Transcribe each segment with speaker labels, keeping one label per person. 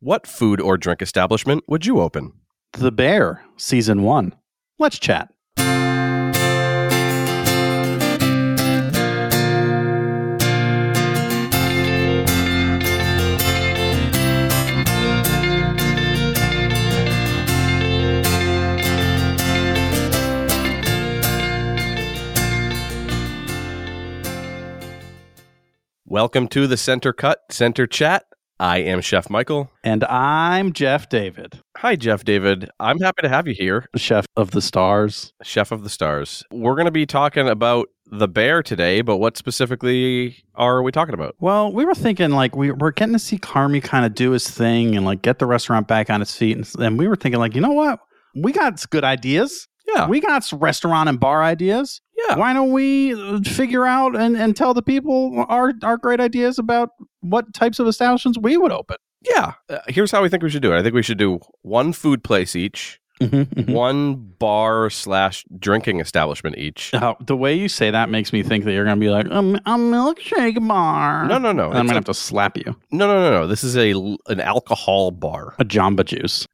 Speaker 1: What food or drink establishment would you open?
Speaker 2: The Bear, Season 1. Let's chat.
Speaker 1: Welcome to the Center Cut Center Chat. I am Chef Michael.
Speaker 2: And I'm Jeff David,
Speaker 1: Hi, Jeff David. I'm happy to have you here,
Speaker 2: Chef of the Stars.
Speaker 1: Chef of the Stars. We're going to be talking about the bear today, but what specifically are we talking about?
Speaker 2: Well, we were thinking like we were getting to see Carmi kind of do his thing and like get the restaurant back on its feet. And, and we were thinking like, you know what? We got good ideas.
Speaker 1: Yeah.
Speaker 2: We got s- restaurant and bar ideas.
Speaker 1: Yeah.
Speaker 2: Why don't we uh, figure out and, and tell the people our, our great ideas about what types of establishments we would open?
Speaker 1: Yeah. Uh, here's how we think we should do it. I think we should do one food place each, Mm-hmm,
Speaker 2: Mm-hmm.
Speaker 1: one bar slash drinking establishment each.
Speaker 2: Oh, the way you say that makes me think that you're going to be like, um, a milkshake bar.
Speaker 1: No, no, no.
Speaker 2: And Uh-huh.
Speaker 1: Oh, It's
Speaker 2: I'm going to
Speaker 1: a-
Speaker 2: have to slap you.
Speaker 1: no, no, no, no. This is a l- an alcohol bar.
Speaker 2: A Jamba Juice.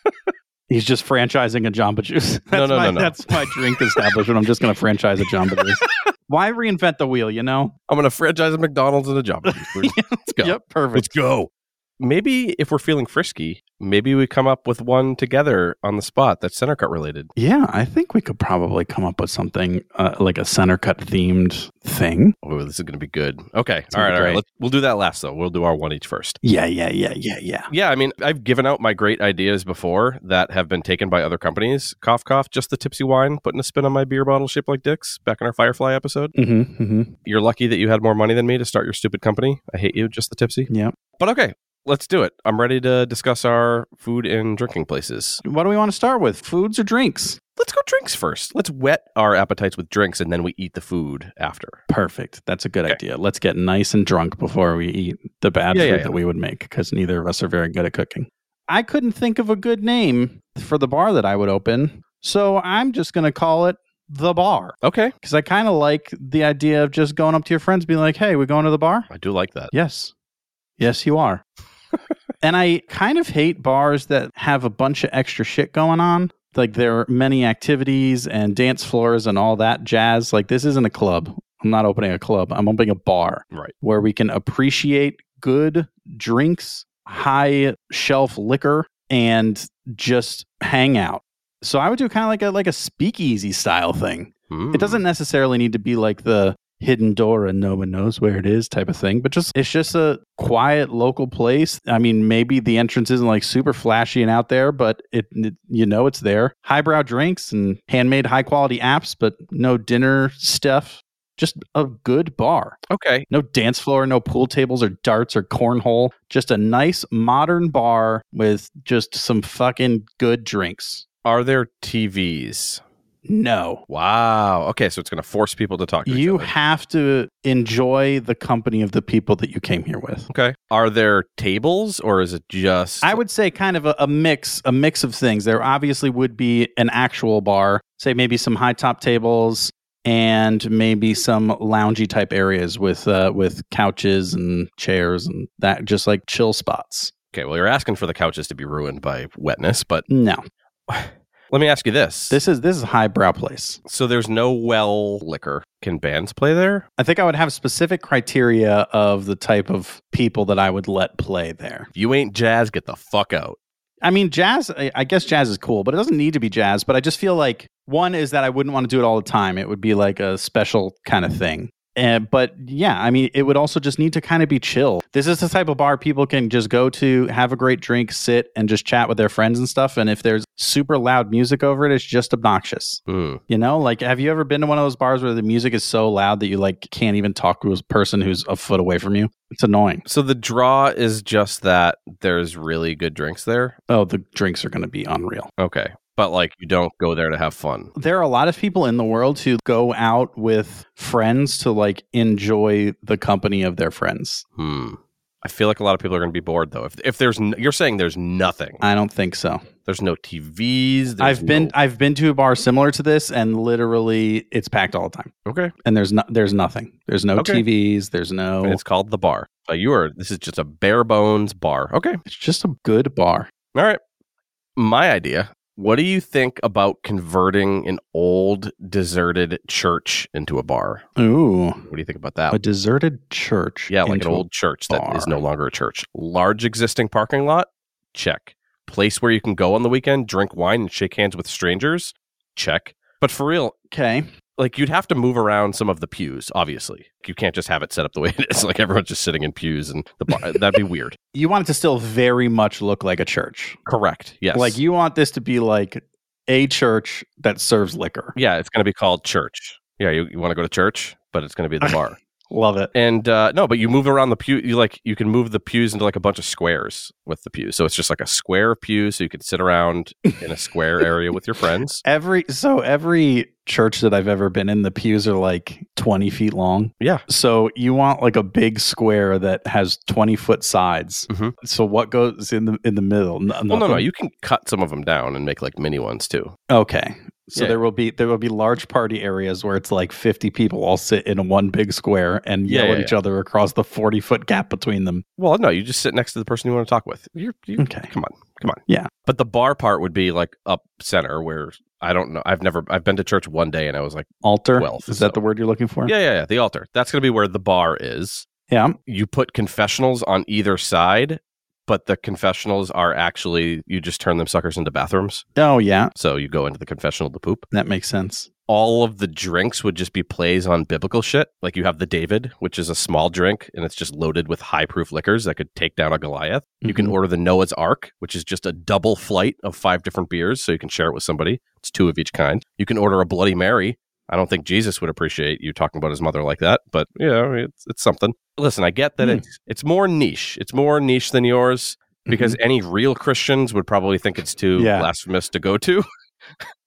Speaker 2: He's just franchising a Jamba Juice. That's
Speaker 1: No, no,
Speaker 2: my,
Speaker 1: no, no.
Speaker 2: That's my drink establishment. I'm just going to franchise a Jamba Juice. Why reinvent the wheel, you know?
Speaker 1: I'm going to franchise a McDonald's and a Jamba Juice. We're- Let's go.
Speaker 2: Yep, perfect.
Speaker 1: go. Maybe if we're feeling frisky, maybe we come up with one together on the spot that's center cut related.
Speaker 2: Yeah, I think we could probably come up with something uh, like a center cut themed thing.
Speaker 1: Oh, this is going to be good. Okay.
Speaker 2: It's
Speaker 1: All right. All
Speaker 2: gonna be
Speaker 1: right.
Speaker 2: great.
Speaker 1: Let's, we'll do that last, though. We'll do our one each first.
Speaker 2: Yeah, yeah, yeah, yeah, yeah.
Speaker 1: Yeah. I mean, I've given out my great ideas before that have been taken by other companies. Cough, cough, just the tipsy wine, putting a spin on my beer bottle shaped like dicks back in our Firefly episode.
Speaker 2: Mm-hmm, mm-hmm.
Speaker 1: You're lucky that you had more money than me to start your stupid company. I hate you, just the tipsy.
Speaker 2: Yep.
Speaker 1: But okay. Let's do it. I'm ready to discuss our food and drinking places.
Speaker 2: What do we want to start with? Foods or drinks?
Speaker 1: let's go drinks first. Let's whet our appetites with drinks and then we eat the food after.
Speaker 2: Perfect. That's a good
Speaker 1: Okay.
Speaker 2: idea. Let's get nice and drunk before we eat the bad
Speaker 1: Yeah,
Speaker 2: food
Speaker 1: yeah, yeah.
Speaker 2: that we would make because neither of us are very good at cooking. I couldn't think of a good name for the bar that I would open. So I'm just going to call it The Bar
Speaker 1: Okay.
Speaker 2: because I kind of like the idea of just going up to your friends being like, hey, we going to the bar?
Speaker 1: I do like that.
Speaker 2: Yes. Yes, you are. and I kind of hate bars that have a bunch of extra shit going on. Like there are many activities and dance floors and all that jazz. Like this isn't a club. I'm not opening a club. I'm opening a bar
Speaker 1: Right.
Speaker 2: where we can appreciate good drinks, high shelf liquor, and just hang out. So I would do kind of like a like a speakeasy style thing.
Speaker 1: Mm.
Speaker 2: It doesn't necessarily need to be like the hidden door and no one knows where it is type of thing, but just it's just a quiet local place. I mean, maybe the entrance isn't like super flashy and out there, but it, it- you know it's there. Highbrow drinks and handmade high quality apps, but no dinner stuff. Just a good bar.
Speaker 1: Okay.
Speaker 2: No dance floor, no pool tables or darts or cornhole. Just a nice modern bar with just some fucking good drinks.
Speaker 1: Are there TVs?
Speaker 2: No.
Speaker 1: Wow. Okay, so it's going to force people to talk to
Speaker 2: you
Speaker 1: each other.
Speaker 2: have to enjoy the company of the people that you came here with
Speaker 1: okay. Are there tables or is it just
Speaker 2: i would say kind of a, a mix a mix of things there obviously would be an actual bar say maybe some high top tables and maybe some loungy type areas with uh, with couches and chairs and that just like chill spots
Speaker 1: Okay, well you're asking for the couches to be ruined by wetness, but
Speaker 2: no
Speaker 1: let me ask you this.
Speaker 2: this is this is a highbrow place
Speaker 1: so there's no well liquor. Can bands play there?
Speaker 2: i think i would have specific criteria of the type of people that i would let play there
Speaker 1: If you ain't jazz, get the fuck out.
Speaker 2: I mean, jazz, I I guess jazz is cool, but it doesn't need to be jazz. But I just feel like one is that I wouldn't want to do it all the time. It would be like a special kind of thing. Uh, but yeah, I mean, it would also just need to kind of be chill. This is the type of bar people can just go to, have a great drink, sit, and just chat with their friends and stuff. And if there's super loud music over it, it's just obnoxious.
Speaker 1: Hmm.
Speaker 2: You know, like, have you ever been to one of those bars where the music is so loud that you like can't even talk to a person who's a foot away from you? It's annoying.
Speaker 1: So the draw is just that there's really good drinks there.
Speaker 2: Oh, the drinks are going to be unreal.
Speaker 1: Okay. But like you don't go there to have fun.
Speaker 2: there are a lot of people in the world who go out with friends to like enjoy the company of their friends.
Speaker 1: Hmm. I feel like a lot of people are going to be bored though. If if there's n- you're saying there's nothing,
Speaker 2: I don't think so.
Speaker 1: there's no TVs. There's
Speaker 2: I've been
Speaker 1: no-
Speaker 2: I've been to a bar similar to this, and literally it's packed all the time.
Speaker 1: okay,
Speaker 2: And there's no there's nothing. There's no
Speaker 1: Okay.
Speaker 2: TVs. There's no.
Speaker 1: and
Speaker 2: It's,
Speaker 1: it's called the bar. So you are this is just a bare bones bar. Okay,
Speaker 2: just a good bar.
Speaker 1: all right. My idea. What do you think about converting an old deserted church into a bar?
Speaker 2: Ooh,
Speaker 1: What do you think about that?
Speaker 2: a deserted church.
Speaker 1: Yeah, like
Speaker 2: into
Speaker 1: an
Speaker 2: a-
Speaker 1: old church that is
Speaker 2: bar.
Speaker 1: no longer a church. Large existing parking lot, check. Place where you can go on the weekend, drink wine, and shake hands with strangers, check. But for real,
Speaker 2: Okay.
Speaker 1: like you'd have to move around some of the pews, obviously. You can't just have it set up the way it is, like everyone's just sitting in pews and the bar. That'd be weird.
Speaker 2: You want it to still very much look like a church.
Speaker 1: Correct. Yes.
Speaker 2: Like you want this to be like a church that serves liquor.
Speaker 1: Yeah, it's going to be called church. Yeah, you, you want to go to church, but it's going to be the bar.
Speaker 2: Love it.
Speaker 1: and uh, no, but you move around the pew. You like you can move the pews into like a bunch of squares with the pews. So it's just like a square of pews, so you can sit around in a square area with your friends.
Speaker 2: Every so every church that I've ever been in, the pews are like twenty feet long.
Speaker 1: Yeah.
Speaker 2: So you want like a big square that has twenty foot sides.
Speaker 1: Mhm.
Speaker 2: So what goes in the in the middle? N-
Speaker 1: Well, no, no,
Speaker 2: nothing?
Speaker 1: you can cut some of them down and make like mini ones too.
Speaker 2: okay. So
Speaker 1: Yeah.
Speaker 2: there will be there will be large party areas where it's like fifty people all sit in one big square and
Speaker 1: Yeah,
Speaker 2: yell
Speaker 1: yeah,
Speaker 2: at each other across the forty foot gap between them.
Speaker 1: Well, no, you just sit next to the person you want to talk with. You're, you
Speaker 2: Okay.
Speaker 1: come on, come on.
Speaker 2: Hmm. Yeah.
Speaker 1: but the bar part would be like up center where I don't know. I've never I've been to church one day and I was like,
Speaker 2: Altar.
Speaker 1: Twelve,
Speaker 2: Is
Speaker 1: so-
Speaker 2: that the word you're looking for?
Speaker 1: yeah, yeah, yeah. The altar. That's gonna be where the bar is.
Speaker 2: Yeah.
Speaker 1: you put confessionals on either side, but the confessionals are actually you just turn them suckers into bathrooms.
Speaker 2: Oh yeah.
Speaker 1: So you go into the confessional to poop.
Speaker 2: That makes sense.
Speaker 1: All of the drinks would just be plays on biblical shit. Like you have the David, which is a small drink and it's just loaded with high proof liquors that could take down a Goliath. You can
Speaker 2: Mhm.
Speaker 1: order the Noah's Ark, which is just a double flight of five different beers, so you can share it with somebody. It's two of each kind. You can order a Bloody Mary. I don't think Jesus would appreciate you talking about his mother like that, but you know, it's, it's something. Listen, I get that
Speaker 2: Hmm.
Speaker 1: it's it's more niche. It's more niche than yours because any real Christians would probably think it's too
Speaker 2: Mm-hmm. Yeah.
Speaker 1: blasphemous to go to.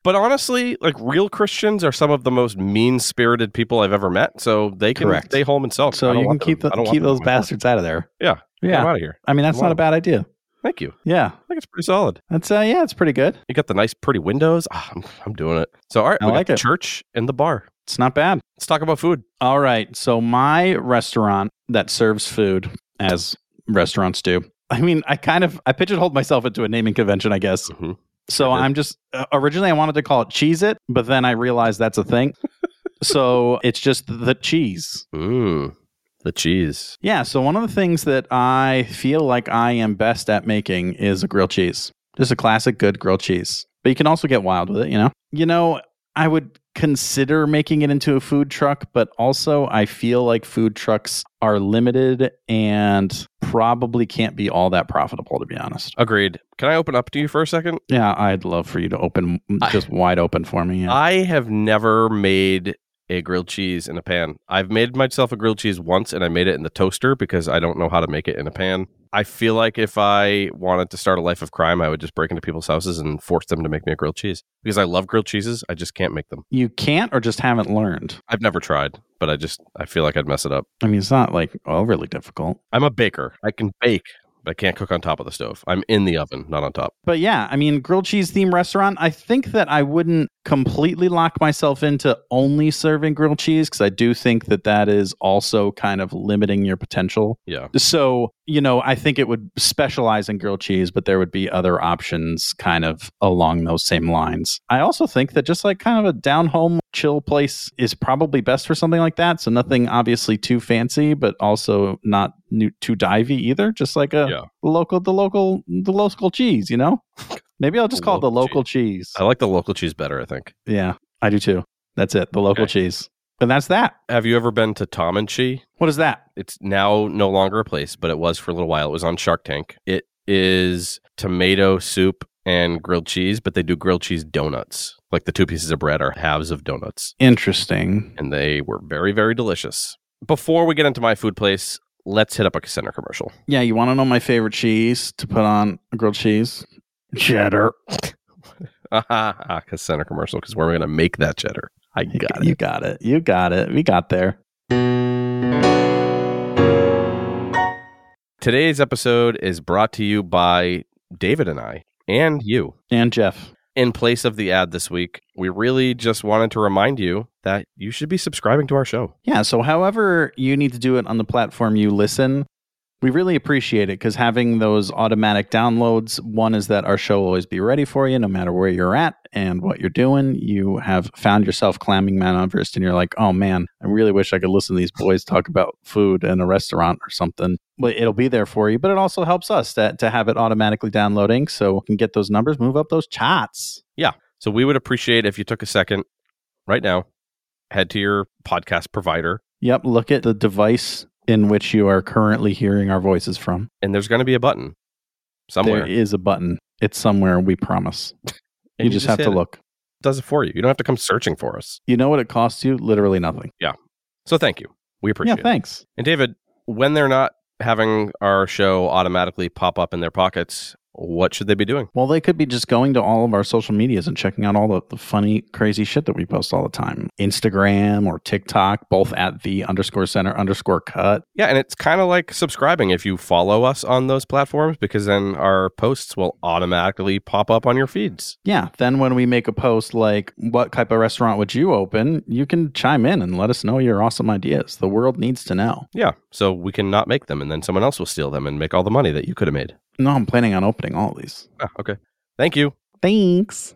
Speaker 1: but honestly, like real Christians are some of the most mean spirited people I've ever met. So they can
Speaker 2: Correct.
Speaker 1: stay home and sulk.
Speaker 2: So
Speaker 1: I don't
Speaker 2: you can
Speaker 1: want them-
Speaker 2: keep the,
Speaker 1: I don't want
Speaker 2: keep
Speaker 1: them
Speaker 2: those
Speaker 1: in my bar.
Speaker 2: bastards out of there.
Speaker 1: Yeah. Get them
Speaker 2: Yeah.
Speaker 1: out of here.
Speaker 2: I mean, that's
Speaker 1: Come
Speaker 2: not
Speaker 1: on.
Speaker 2: a bad idea.
Speaker 1: Thank you.
Speaker 2: Yeah.
Speaker 1: I think it's pretty solid.
Speaker 2: That's uh yeah, it's pretty good.
Speaker 1: You got the nice, pretty windows. Ah, I'm, I'm doing it. So, all right,
Speaker 2: I
Speaker 1: we got
Speaker 2: like
Speaker 1: the
Speaker 2: it.
Speaker 1: church and the bar.
Speaker 2: It's not bad.
Speaker 1: Let's talk about food.
Speaker 2: All right. So my restaurant that serves food as restaurants do. I mean, I kind of I pigeonholed myself into a naming convention, I guess.
Speaker 1: Mhm.
Speaker 2: So
Speaker 1: I did.
Speaker 2: I'm just uh, originally I wanted to call it Cheese It, but then I realized that's a thing. so it's just the cheese.
Speaker 1: Mm, the cheese.
Speaker 2: Yeah, so one of the things that I feel like I am best at making is a grilled cheese. Just a classic good grilled cheese. But you can also get wild with it, you know? You know, I would consider making it into a food truck, but also I feel like food trucks are limited and probably can't be all that profitable, to be honest.
Speaker 1: Agreed. Can I open up to you for a second?
Speaker 2: Yeah, I'd love for you to open
Speaker 1: I-
Speaker 2: just wide open for me. Yeah.
Speaker 1: I have never made a grilled cheese in a pan. I've made myself a grilled cheese once and I made it in the toaster because I don't know how to make it in a pan. I feel like if I wanted to start a life of crime, I would just break into people's houses and force them to make me a grilled cheese because I love grilled cheeses. I just can't make them.
Speaker 2: you can't or just haven't learned.
Speaker 1: I've never tried, but I just, I feel like I'd mess it up.
Speaker 2: I mean, it's not like overly difficult.
Speaker 1: I'm a baker. I can bake, but I can't cook on top of the stove. I'm in the oven, not on top.
Speaker 2: But yeah, I mean, grilled cheese theme restaurant. I think that I wouldn't completely lock myself into only serving grilled cheese because I do think that that is also kind of limiting your potential.
Speaker 1: Yeah.
Speaker 2: So, you know, I think it would specialize in grilled cheese, but there would be other options kind of along those same lines. I also think that just like kind of a down home chill place is probably best for something like that. So, nothing obviously too fancy, but also not new, too divey either. Just like a
Speaker 1: Yeah.
Speaker 2: local, the local, the local cheese, you know? Maybe I'll just
Speaker 1: The
Speaker 2: call it the
Speaker 1: local
Speaker 2: local cheese.
Speaker 1: I like the local cheese better, I think.
Speaker 2: Yeah, I do too. That's it, the local
Speaker 1: Okay.
Speaker 2: cheese. And that's that.
Speaker 1: Have you ever been to Tom and Chi?
Speaker 2: What is that?
Speaker 1: It's now no longer a place, but it was for a little while. It was on Shark Tank. It is tomato soup and grilled cheese, but they do grilled cheese donuts. Like the two pieces of bread are halves of donuts,
Speaker 2: Interesting.
Speaker 1: and they were very, very delicious. Before we get into my food place, let's hit up a center commercial.
Speaker 2: Yeah, you want to know my favorite cheese to put on a grilled cheese? Cheddar.
Speaker 1: Ah, center commercial, because we're going to make that cheddar. I
Speaker 2: You
Speaker 1: got it.
Speaker 2: You got it. You got it. We got there.
Speaker 1: Today's episode is brought to you by David and I and you.
Speaker 2: And Jeff.
Speaker 1: In place of the ad this week, we really just wanted to remind you that you should be subscribing to our show.
Speaker 2: Yeah. So, however, you need to do it on the platform you listen, we really appreciate it because having those automatic downloads, one is that our show will always be ready for you no matter where you're at and what you're doing. You have found yourself climbing Mount Everest and you're like, oh man, I really wish I could listen to these boys talk about food in a restaurant or something. But it'll be there for you. But it also helps us that, to have it automatically downloading so we can get those numbers, move up those charts.
Speaker 1: So we would appreciate if you took a second right now, head to your podcast provider,
Speaker 2: Yep. Look at the device in which you are currently hearing our voices from.
Speaker 1: and there's going to be a button somewhere.
Speaker 2: There is a button. It's somewhere, we promise.
Speaker 1: And
Speaker 2: you, just, have
Speaker 1: hit
Speaker 2: to
Speaker 1: it.
Speaker 2: look.
Speaker 1: It does it for you. You don't have to come searching for us.
Speaker 2: You know what it costs you? Literally nothing.
Speaker 1: So thank you. We appreciate
Speaker 2: yeah,
Speaker 1: it.
Speaker 2: thanks.
Speaker 1: And David, when they're not having our show automatically pop up in their pockets, what should they be doing?
Speaker 2: Well, they could be just going to all of our social medias and checking out all the, the funny, crazy shit that we post all the time. Instagram or TikTok, both at the underscore center underscore cut.
Speaker 1: Yeah, and it's kind of like subscribing if you follow us on those platforms because then our posts will automatically pop up on your feeds.
Speaker 2: Yeah. Then when we make a post like, what type of restaurant would you open? You can chime in and let us know your awesome ideas. The world needs to know.
Speaker 1: Yeah, so we can not make them and then someone else will steal them and make all the money that you could have made.
Speaker 2: No, I'm planning on opening all these.
Speaker 1: Ah, okay. Thank you.
Speaker 2: Thanks.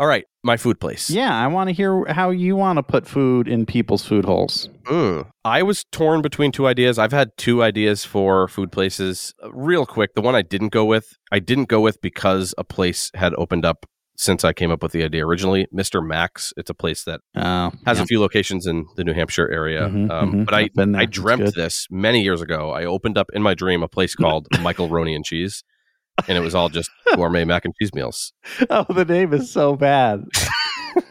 Speaker 1: All right, my food place.
Speaker 2: Yeah, I want to hear how you want to put food in people's food holes.
Speaker 1: Mm. I was torn between two ideas. I've had two ideas for food places. Uh, Real quick, the one I didn't go with, I didn't go with because a place had opened up since I came up with the idea originally. Mr. Max, it's a place that
Speaker 2: Uh,
Speaker 1: has
Speaker 2: yeah.
Speaker 1: a few locations in the New Hampshire area.
Speaker 2: Mhm,
Speaker 1: um,
Speaker 2: mhm.
Speaker 1: But I,
Speaker 2: I've been there.
Speaker 1: I
Speaker 2: It's
Speaker 1: dreamt
Speaker 2: good.
Speaker 1: this many years ago. I opened up in my dream a place called Michael Roney and Cheese, and it was all just gourmet mac and cheese meals.
Speaker 2: Oh, the name is so bad.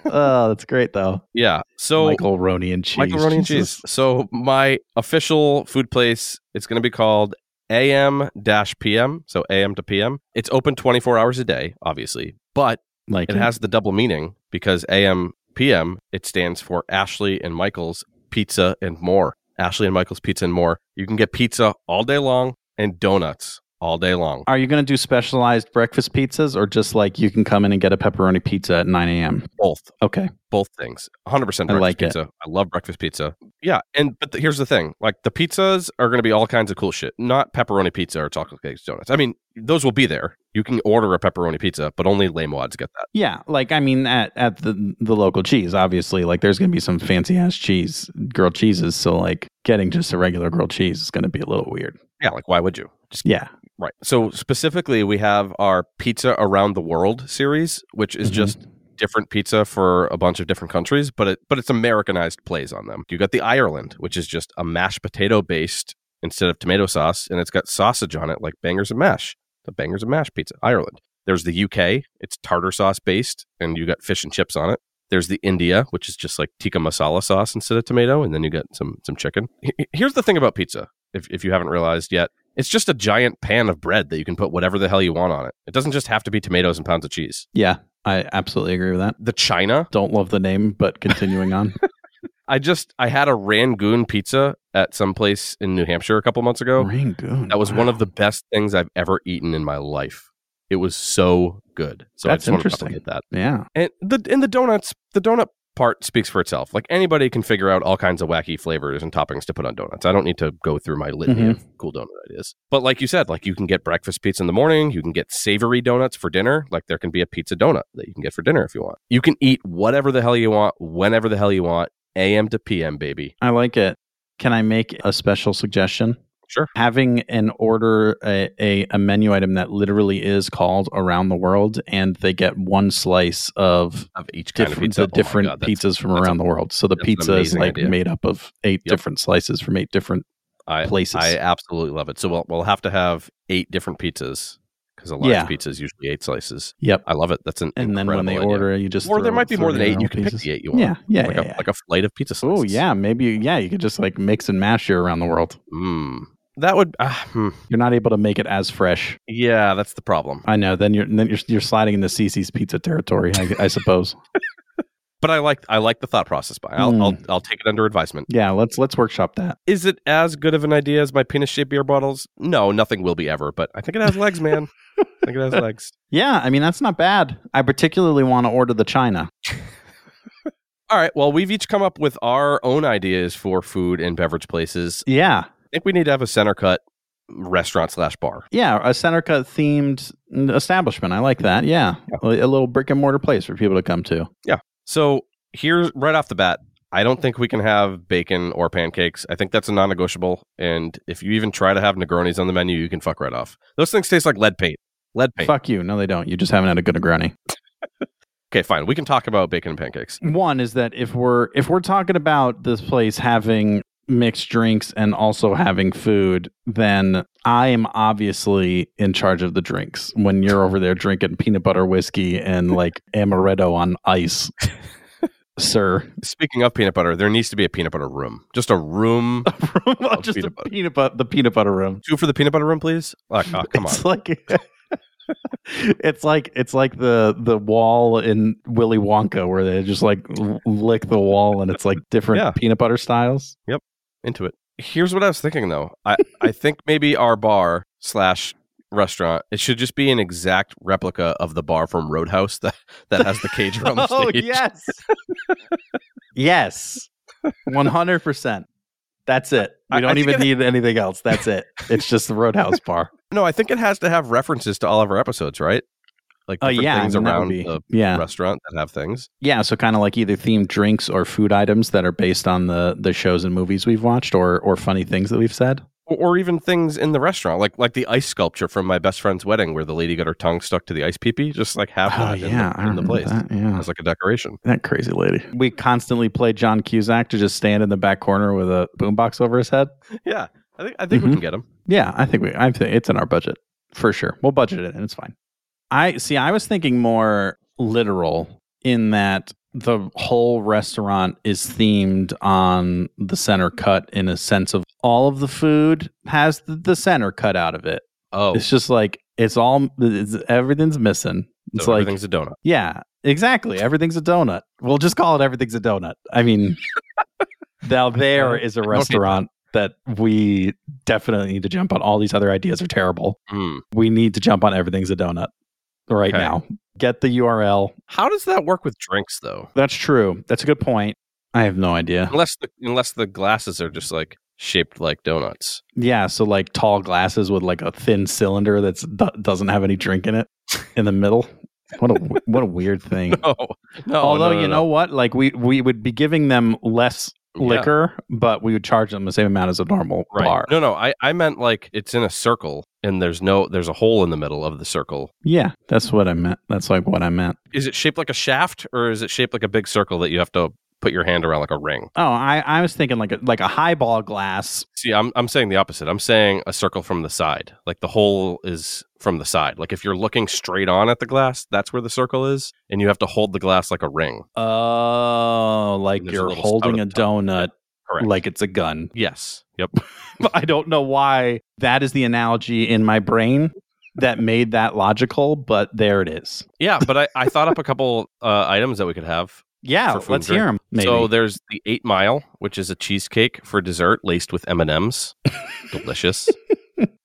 Speaker 2: oh, that's great though.
Speaker 1: Yeah. So
Speaker 2: Michael Roney and cheese.
Speaker 1: Michael Roney and
Speaker 2: Jesus.
Speaker 1: cheese. So my official food place, it's going to be called AM dash PM. So AM to PM. It's open 24 hours a day, obviously, but
Speaker 2: Like
Speaker 1: it has the double meaning because AM PM, it stands for Ashley and Michael's Pizza and More. Ashley and Michael's Pizza and More. You can get pizza all day long and donuts all day long.
Speaker 2: Are you going to do specialized breakfast pizzas, or just like you can come in and get a pepperoni pizza at 9 a.m.?
Speaker 1: Both
Speaker 2: Okay.
Speaker 1: both things. 100% breakfast
Speaker 2: I like it.
Speaker 1: pizza. I love breakfast pizza. Yeah, and but the, here's the thing. Like the pizzas are going to be all kinds of cool shit. Not pepperoni pizza or chocolate cakes donuts. I mean, those will be there. You can order a pepperoni pizza, but only lame wads get that.
Speaker 2: Yeah, like I mean, at at the the local cheese, obviously, like there's going to be some fancy ass cheese, grilled cheeses. So like getting just a regular grilled cheese is going to be a little weird.
Speaker 1: Yeah, like why would you? Just
Speaker 2: Yeah.
Speaker 1: right. So specifically, we have our pizza around the world series, which is
Speaker 2: Mhm.
Speaker 1: just different pizza for a bunch of different countries, but it but it's Americanized plays on them. You got the Ireland, which is just a mashed potato based instead of tomato sauce, and it's got sausage on it like bangers and mash. The bangers and mash pizza, Ireland. There's the UK, it's tartar sauce based, and you got fish and chips on it. There's the India, which is just like tikka masala sauce instead of tomato, and then you get some some chicken. H- h- Here's the thing about pizza, if if you haven't realized yet. It's just a giant pan of bread that you can put whatever the hell you want on it. It doesn't just have to be tomatoes and pounds of cheese.
Speaker 2: Yeah, I absolutely agree with that.
Speaker 1: The China,
Speaker 2: Don't love the name, but continuing on.
Speaker 1: I just I had a Rangoon pizza at some place in New Hampshire a couple months ago.
Speaker 2: Rangoon.
Speaker 1: That was one of
Speaker 2: wow.
Speaker 1: the best things I've ever eaten in my life. It was so good. So
Speaker 2: That's
Speaker 1: I just
Speaker 2: interesting.
Speaker 1: want to that.
Speaker 2: Yeah.
Speaker 1: And the and the donuts, the donut part speaks for itself. Like anybody can figure out all kinds of wacky flavors and toppings to put on donuts. I don't need to go through my litany
Speaker 2: Mhm.
Speaker 1: of cool donut ideas. But like you said, like you can get breakfast pizza in the morning, you can get savory donuts for dinner. Like there can be a pizza donut that you can get for dinner if you want. You can eat whatever the hell you want, whenever the hell you want. AM to PM, baby.
Speaker 2: I like it. Can I make a special suggestion?
Speaker 1: Sure.
Speaker 2: Having an order, a, a, a menu item that literally is called around the world, and they get one slice of
Speaker 1: Of each kind
Speaker 2: different,
Speaker 1: of pizza. Oh
Speaker 2: the different pizzas from
Speaker 1: that's
Speaker 2: around
Speaker 1: a-
Speaker 2: the world. So the
Speaker 1: that's an
Speaker 2: pizza is
Speaker 1: amazing
Speaker 2: like
Speaker 1: idea.
Speaker 2: made up of eight
Speaker 1: Yep.
Speaker 2: different slices from eight different
Speaker 1: I,
Speaker 2: places.
Speaker 1: I absolutely love it. So we'll, we'll have to have eight different pizzas because a large
Speaker 2: Yeah.
Speaker 1: pizza is usually eight slices.
Speaker 2: yep.
Speaker 1: I love it. That's an
Speaker 2: And then when they
Speaker 1: incredible idea.
Speaker 2: order, you just
Speaker 1: or there
Speaker 2: throw
Speaker 1: might be more than
Speaker 2: 30
Speaker 1: eight. You
Speaker 2: little
Speaker 1: can pick
Speaker 2: pieces.
Speaker 1: the eight you want.
Speaker 2: Yeah, yeah,
Speaker 1: like,
Speaker 2: yeah,
Speaker 1: a,
Speaker 2: yeah.
Speaker 1: like a flight of pizza slices.
Speaker 2: Oh yeah, maybe yeah. You could just like mix and mash your around the world.
Speaker 1: Mm. That would. Uh, hmm.
Speaker 2: You're not able to make it as fresh.
Speaker 1: Yeah, that's
Speaker 2: Uh,
Speaker 1: the problem.
Speaker 2: I know. Then you're then you're you're sliding into CC's pizza territory, I, I suppose.
Speaker 1: But I like I like the thought process. By I'll,
Speaker 2: Hmm.
Speaker 1: I'll I'll take it under advisement.
Speaker 2: Yeah, let's let's workshop that.
Speaker 1: Is it as good of an idea as my penis shaped beer bottles? No, nothing will be ever. But I think it has legs, man. I think it has legs.
Speaker 2: Yeah, I mean that's not bad. I particularly want to order the china.
Speaker 1: All right. Well, we've each come up with our own ideas for food and beverage places.
Speaker 2: Yeah,
Speaker 1: I think we need to have a center cut restaurant slash bar.
Speaker 2: yeah, a center cut themed establishment. I like that. Yeah, a a little brick and mortar place for people to come to.
Speaker 1: So here's right off the bat. I don't think we can have bacon or pancakes. I think that's a non-negotiable. And if you even try to have Negronis on the menu, you can fuck right off. Those things taste like lead paint. Lead paint.
Speaker 2: Fuck you. No, they don't. You just haven't had a good Negroni.
Speaker 1: Okay, fine. We can talk about bacon and pancakes.
Speaker 2: One is that if we're if we're talking about this place having mixed drinks and also having food, then I am obviously in charge of the drinks. When you're over there drinking peanut butter whiskey and like amaretto on ice, sir.
Speaker 1: Speaking of peanut butter, there needs to be a peanut butter room. Just a room.
Speaker 2: Just
Speaker 1: peanut butter.
Speaker 2: peanut butter. peanut butter, the peanut butter room.
Speaker 1: Two for the peanut butter room, please. Like, oh, come on.
Speaker 2: It's like it's like it's like the the wall in Willy Wonka where they just like l- lick the wall and it's like different
Speaker 1: Yeah.
Speaker 2: peanut butter styles.
Speaker 1: Into it. Here's what I was thinking though. I, I think maybe our bar slash restaurant, it should just be an exact replica of the bar from Roadhouse that, that has the cage around the
Speaker 2: oh
Speaker 1: stage.
Speaker 2: yes, yes, one hundred percent. That's it.
Speaker 1: I-
Speaker 2: We
Speaker 1: I
Speaker 2: don't
Speaker 1: think
Speaker 2: even need anything else. That's it. It's just the Roadhouse Bar.
Speaker 1: No, I think it has to have references to all of our episodes, right? Like
Speaker 2: Oh
Speaker 1: different
Speaker 2: yeah,
Speaker 1: things
Speaker 2: I mean, that would
Speaker 1: around
Speaker 2: be-
Speaker 1: the
Speaker 2: yeah,
Speaker 1: restaurant that have things.
Speaker 2: yeah. So kind of like either themed drinks or food items that are based on the the shows and movies we've watched, or or funny things that we've said.
Speaker 1: Or, or even things in the restaurant, like like the ice sculpture from my best friend's wedding, where the lady got her tongue stuck to the ice peepee. Just like have
Speaker 2: Ah, Oh,
Speaker 1: that in the- in, the, place
Speaker 2: That, yeah,
Speaker 1: as like a decoration.
Speaker 2: that crazy lady. We constantly play John Cusack to just stand in the back corner with a boombox over his head.
Speaker 1: Yeah, I think I think we
Speaker 2: Mhm.
Speaker 1: can get them.
Speaker 2: Yeah, I think we. I think it's in our budget for sure. We'll budget it, and it's fine. I see. I was thinking more literal in that the whole restaurant is themed on the center cut in a sense of all of the food has the, the center cut out of it.
Speaker 1: Oh,
Speaker 2: It's just like it's all it's, everything's missing. It's
Speaker 1: so
Speaker 2: like
Speaker 1: everything's a donut.
Speaker 2: yeah, exactly. Everything's a donut. We'll just call it everything's a donut. I mean, now there is a restaurant that we definitely need to jump on. All these other ideas are terrible.
Speaker 1: Hmm.
Speaker 2: We need to jump on everything's a donut right
Speaker 1: Okay.
Speaker 2: now. Get the URL.
Speaker 1: How does that work with drinks though?
Speaker 2: That's true. That's a good point. I have no idea.
Speaker 1: Unless the unless the glasses are just like shaped like donuts.
Speaker 2: Yeah, so like tall glasses with like a thin cylinder that doesn't have any drink in it in the middle. What a what a weird thing.
Speaker 1: Oh no!
Speaker 2: Although
Speaker 1: no, no,
Speaker 2: you
Speaker 1: no.
Speaker 2: know what, like we we would be giving them less
Speaker 1: Yeah.
Speaker 2: liquor, but we would charge them the same amount as a normal
Speaker 1: Right.
Speaker 2: bar.
Speaker 1: No, no. I, I meant like it's in a circle and there's no there's a hole in the middle of the circle.
Speaker 2: Yeah, that's what I meant. That's like what I meant.
Speaker 1: Is it shaped like a shaft or is it shaped like a big circle that you have to put your hand around like a ring?
Speaker 2: Oh, I, I was thinking like a, like a highball glass.
Speaker 1: See, I'm I'm saying the opposite. I'm saying a circle from the side. Like the hole is from the side. Like if you're looking straight on at the glass, that's where the circle is, and you have to hold the glass like a ring.
Speaker 2: Oh, like
Speaker 1: There's a
Speaker 2: you're
Speaker 1: little
Speaker 2: holding
Speaker 1: spout
Speaker 2: a
Speaker 1: at the top.
Speaker 2: donut
Speaker 1: Correct.
Speaker 2: like it's a gun.
Speaker 1: yes. Yep.
Speaker 2: I don't know why that is the analogy in my brain that made that logical, but there it is.
Speaker 1: Yeah. But I, I thought up a couple uh, items that we could have. For
Speaker 2: Yeah,
Speaker 1: food
Speaker 2: let's
Speaker 1: and
Speaker 2: hear them. Maybe.
Speaker 1: So there's the eight mile, which is a cheesecake for dessert laced with M and M's. Delicious.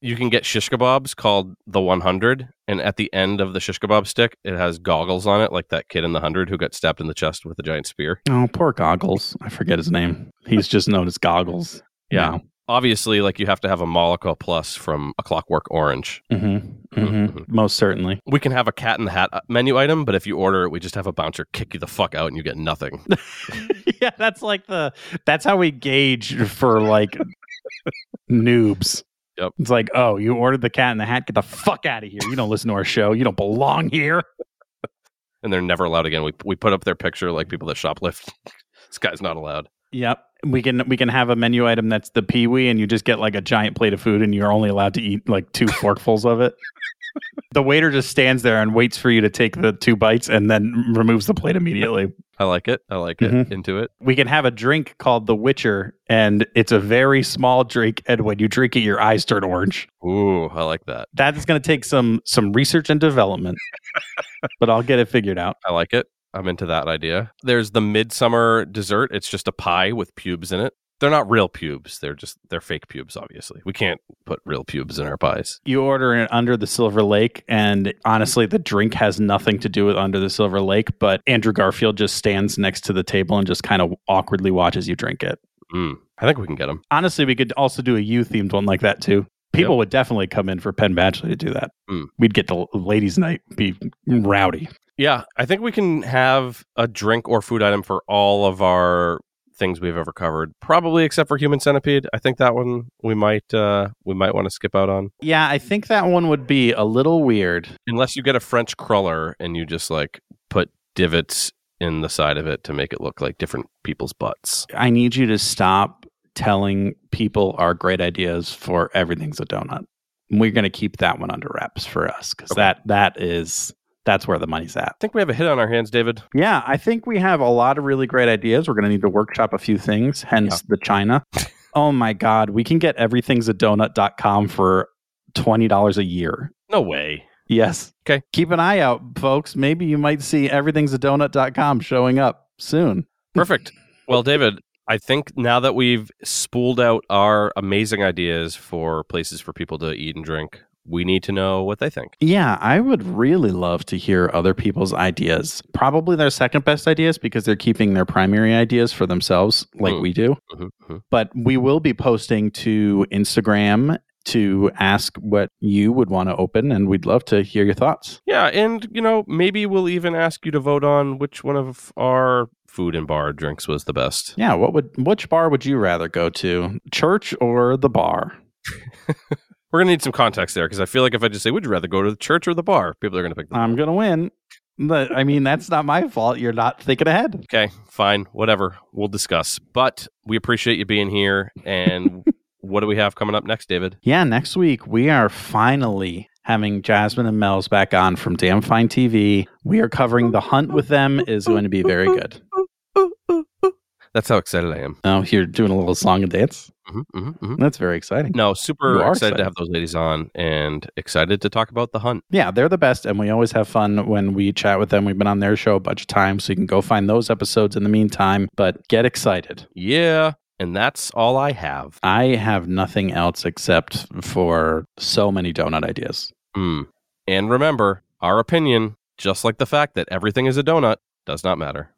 Speaker 1: you can get shish kebabs called the 100, and at the end of the shish kebab stick, it has goggles on it, like that kid in the 100 who got stabbed in the chest with a giant spear.
Speaker 2: oh, poor Goggles. I forget his name. He's just known as Goggles.
Speaker 1: Yeah. Obviously, like you have to have a Mollica Plus from A Clockwork Orange.
Speaker 2: Mm-hmm.
Speaker 1: Mhm.
Speaker 2: Most certainly.
Speaker 1: We can have a cat in the hat uh, menu item, but if you order it, we just have a bouncer kick you the fuck out and you get nothing.
Speaker 2: yeah, that's like the that's how we gauge for like noobs.
Speaker 1: Yep.
Speaker 2: It's like, oh, you ordered the cat in the hat. Get the fuck out of here. You don't listen to our show. You don't belong here.
Speaker 1: and they're never allowed again. We, we put up their picture like people that shoplift. this guy's not allowed.
Speaker 2: Yep. We can we can have a menu item that's the peewee, and you just get like a giant plate of food, and you're only allowed to eat like two forkfuls of it. The waiter just stands there and waits for you to take the two bites, and then removes the plate immediately.
Speaker 1: I like it. I like it.
Speaker 2: Mhm.
Speaker 1: Into it.
Speaker 2: we can have a drink called the Witcher, and it's a very small drink. And when you drink it, your eyes turn orange.
Speaker 1: Ooh, I like that.
Speaker 2: That is going to take some some research and development, but I'll get it figured out.
Speaker 1: I like it. I'm into that idea. There's the midsummer dessert. It's just a pie with pubes in it. They're not real pubes. They're just they're fake pubes. Obviously, we can't put real pubes in our pies.
Speaker 2: You order it under the Silver Lake, and honestly, the drink has nothing to do with under the Silver Lake. But Andrew Garfield just stands next to the table and just kind of awkwardly watches you drink it.
Speaker 1: Mm, I think we can get them.
Speaker 2: Honestly, we could also do a you themed one like that too. People
Speaker 1: Yep.
Speaker 2: would definitely come in for Penn Badgley to do that.
Speaker 1: Mm.
Speaker 2: We'd get the ladies' night be rowdy.
Speaker 1: Yeah, I think we can have a drink or food item for all of our things we've ever covered. Probably except for human centipede. I think that one we might uh we might want to skip out on.
Speaker 2: Yeah, I think that one would be a little weird.
Speaker 1: Unless you get a French cruller and you just like put divots in the side of it to make it look like different people's butts.
Speaker 2: I need you to stop telling people our great ideas for everything's a donut. We're going to keep that one under wraps for us because
Speaker 1: Okay.
Speaker 2: that that is that's where the money's at.
Speaker 1: I think we have a hit on our hands, David.
Speaker 2: Yeah, I think we have a lot of really great ideas. We're going to need to workshop a few things, hence the China. oh my God, we can get everything's a donut.com for $20 a year.
Speaker 1: No way.
Speaker 2: Yes.
Speaker 1: Okay.
Speaker 2: Keep an eye out, folks. Maybe you might see everything's a donut.com showing up soon.
Speaker 1: Perfect. well, David, I think now that we've spooled out our amazing ideas for places for people to eat and drink, we need to know what they think.
Speaker 2: Yeah, I would really love to hear other people's ideas. Probably their second best ideas because they're keeping their primary ideas for themselves, like
Speaker 1: Mm.
Speaker 2: we do.
Speaker 1: Mhm, mhm.
Speaker 2: But we will be posting to Instagram to ask what you would want to open, and we'd love to hear your thoughts.
Speaker 1: Yeah, and you know, maybe we'll even ask you to vote on which one of our food and bar drinks was the best.
Speaker 2: Yeah, what would which bar would you rather go to, church or the bar?
Speaker 1: We're gonna need some context there because I feel like if I just say, "Would you rather go to the church or the bar?" People are gonna pick. The-
Speaker 2: I'm gonna win. But I mean, that's not my fault. You're not thinking ahead.
Speaker 1: okay, fine, whatever. We'll discuss. But we appreciate you being here. And what do we have coming up next, David?
Speaker 2: Yeah, next week we are finally having Jasmine and Mel's back on from Damn Fine TV. We are covering The Hunt with them is going to be very good.
Speaker 1: That's how excited I am.
Speaker 2: Oh, you're doing a little song and dance.
Speaker 1: Mhm, mhm, mhm.
Speaker 2: That's very exciting.
Speaker 1: No,
Speaker 2: You
Speaker 1: super
Speaker 2: are
Speaker 1: excited,
Speaker 2: excited.
Speaker 1: to have those ladies on and excited to talk about the hunt.
Speaker 2: Yeah, they're the best, and we always have fun when we chat with them. We've been on their show a bunch of times, so you can go find those episodes in the meantime. But get excited.
Speaker 1: Yeah. And that's all I have.
Speaker 2: I have nothing else except for so many donut ideas.
Speaker 1: Mm. And remember, our opinion, just like the fact that everything is a donut, does not matter.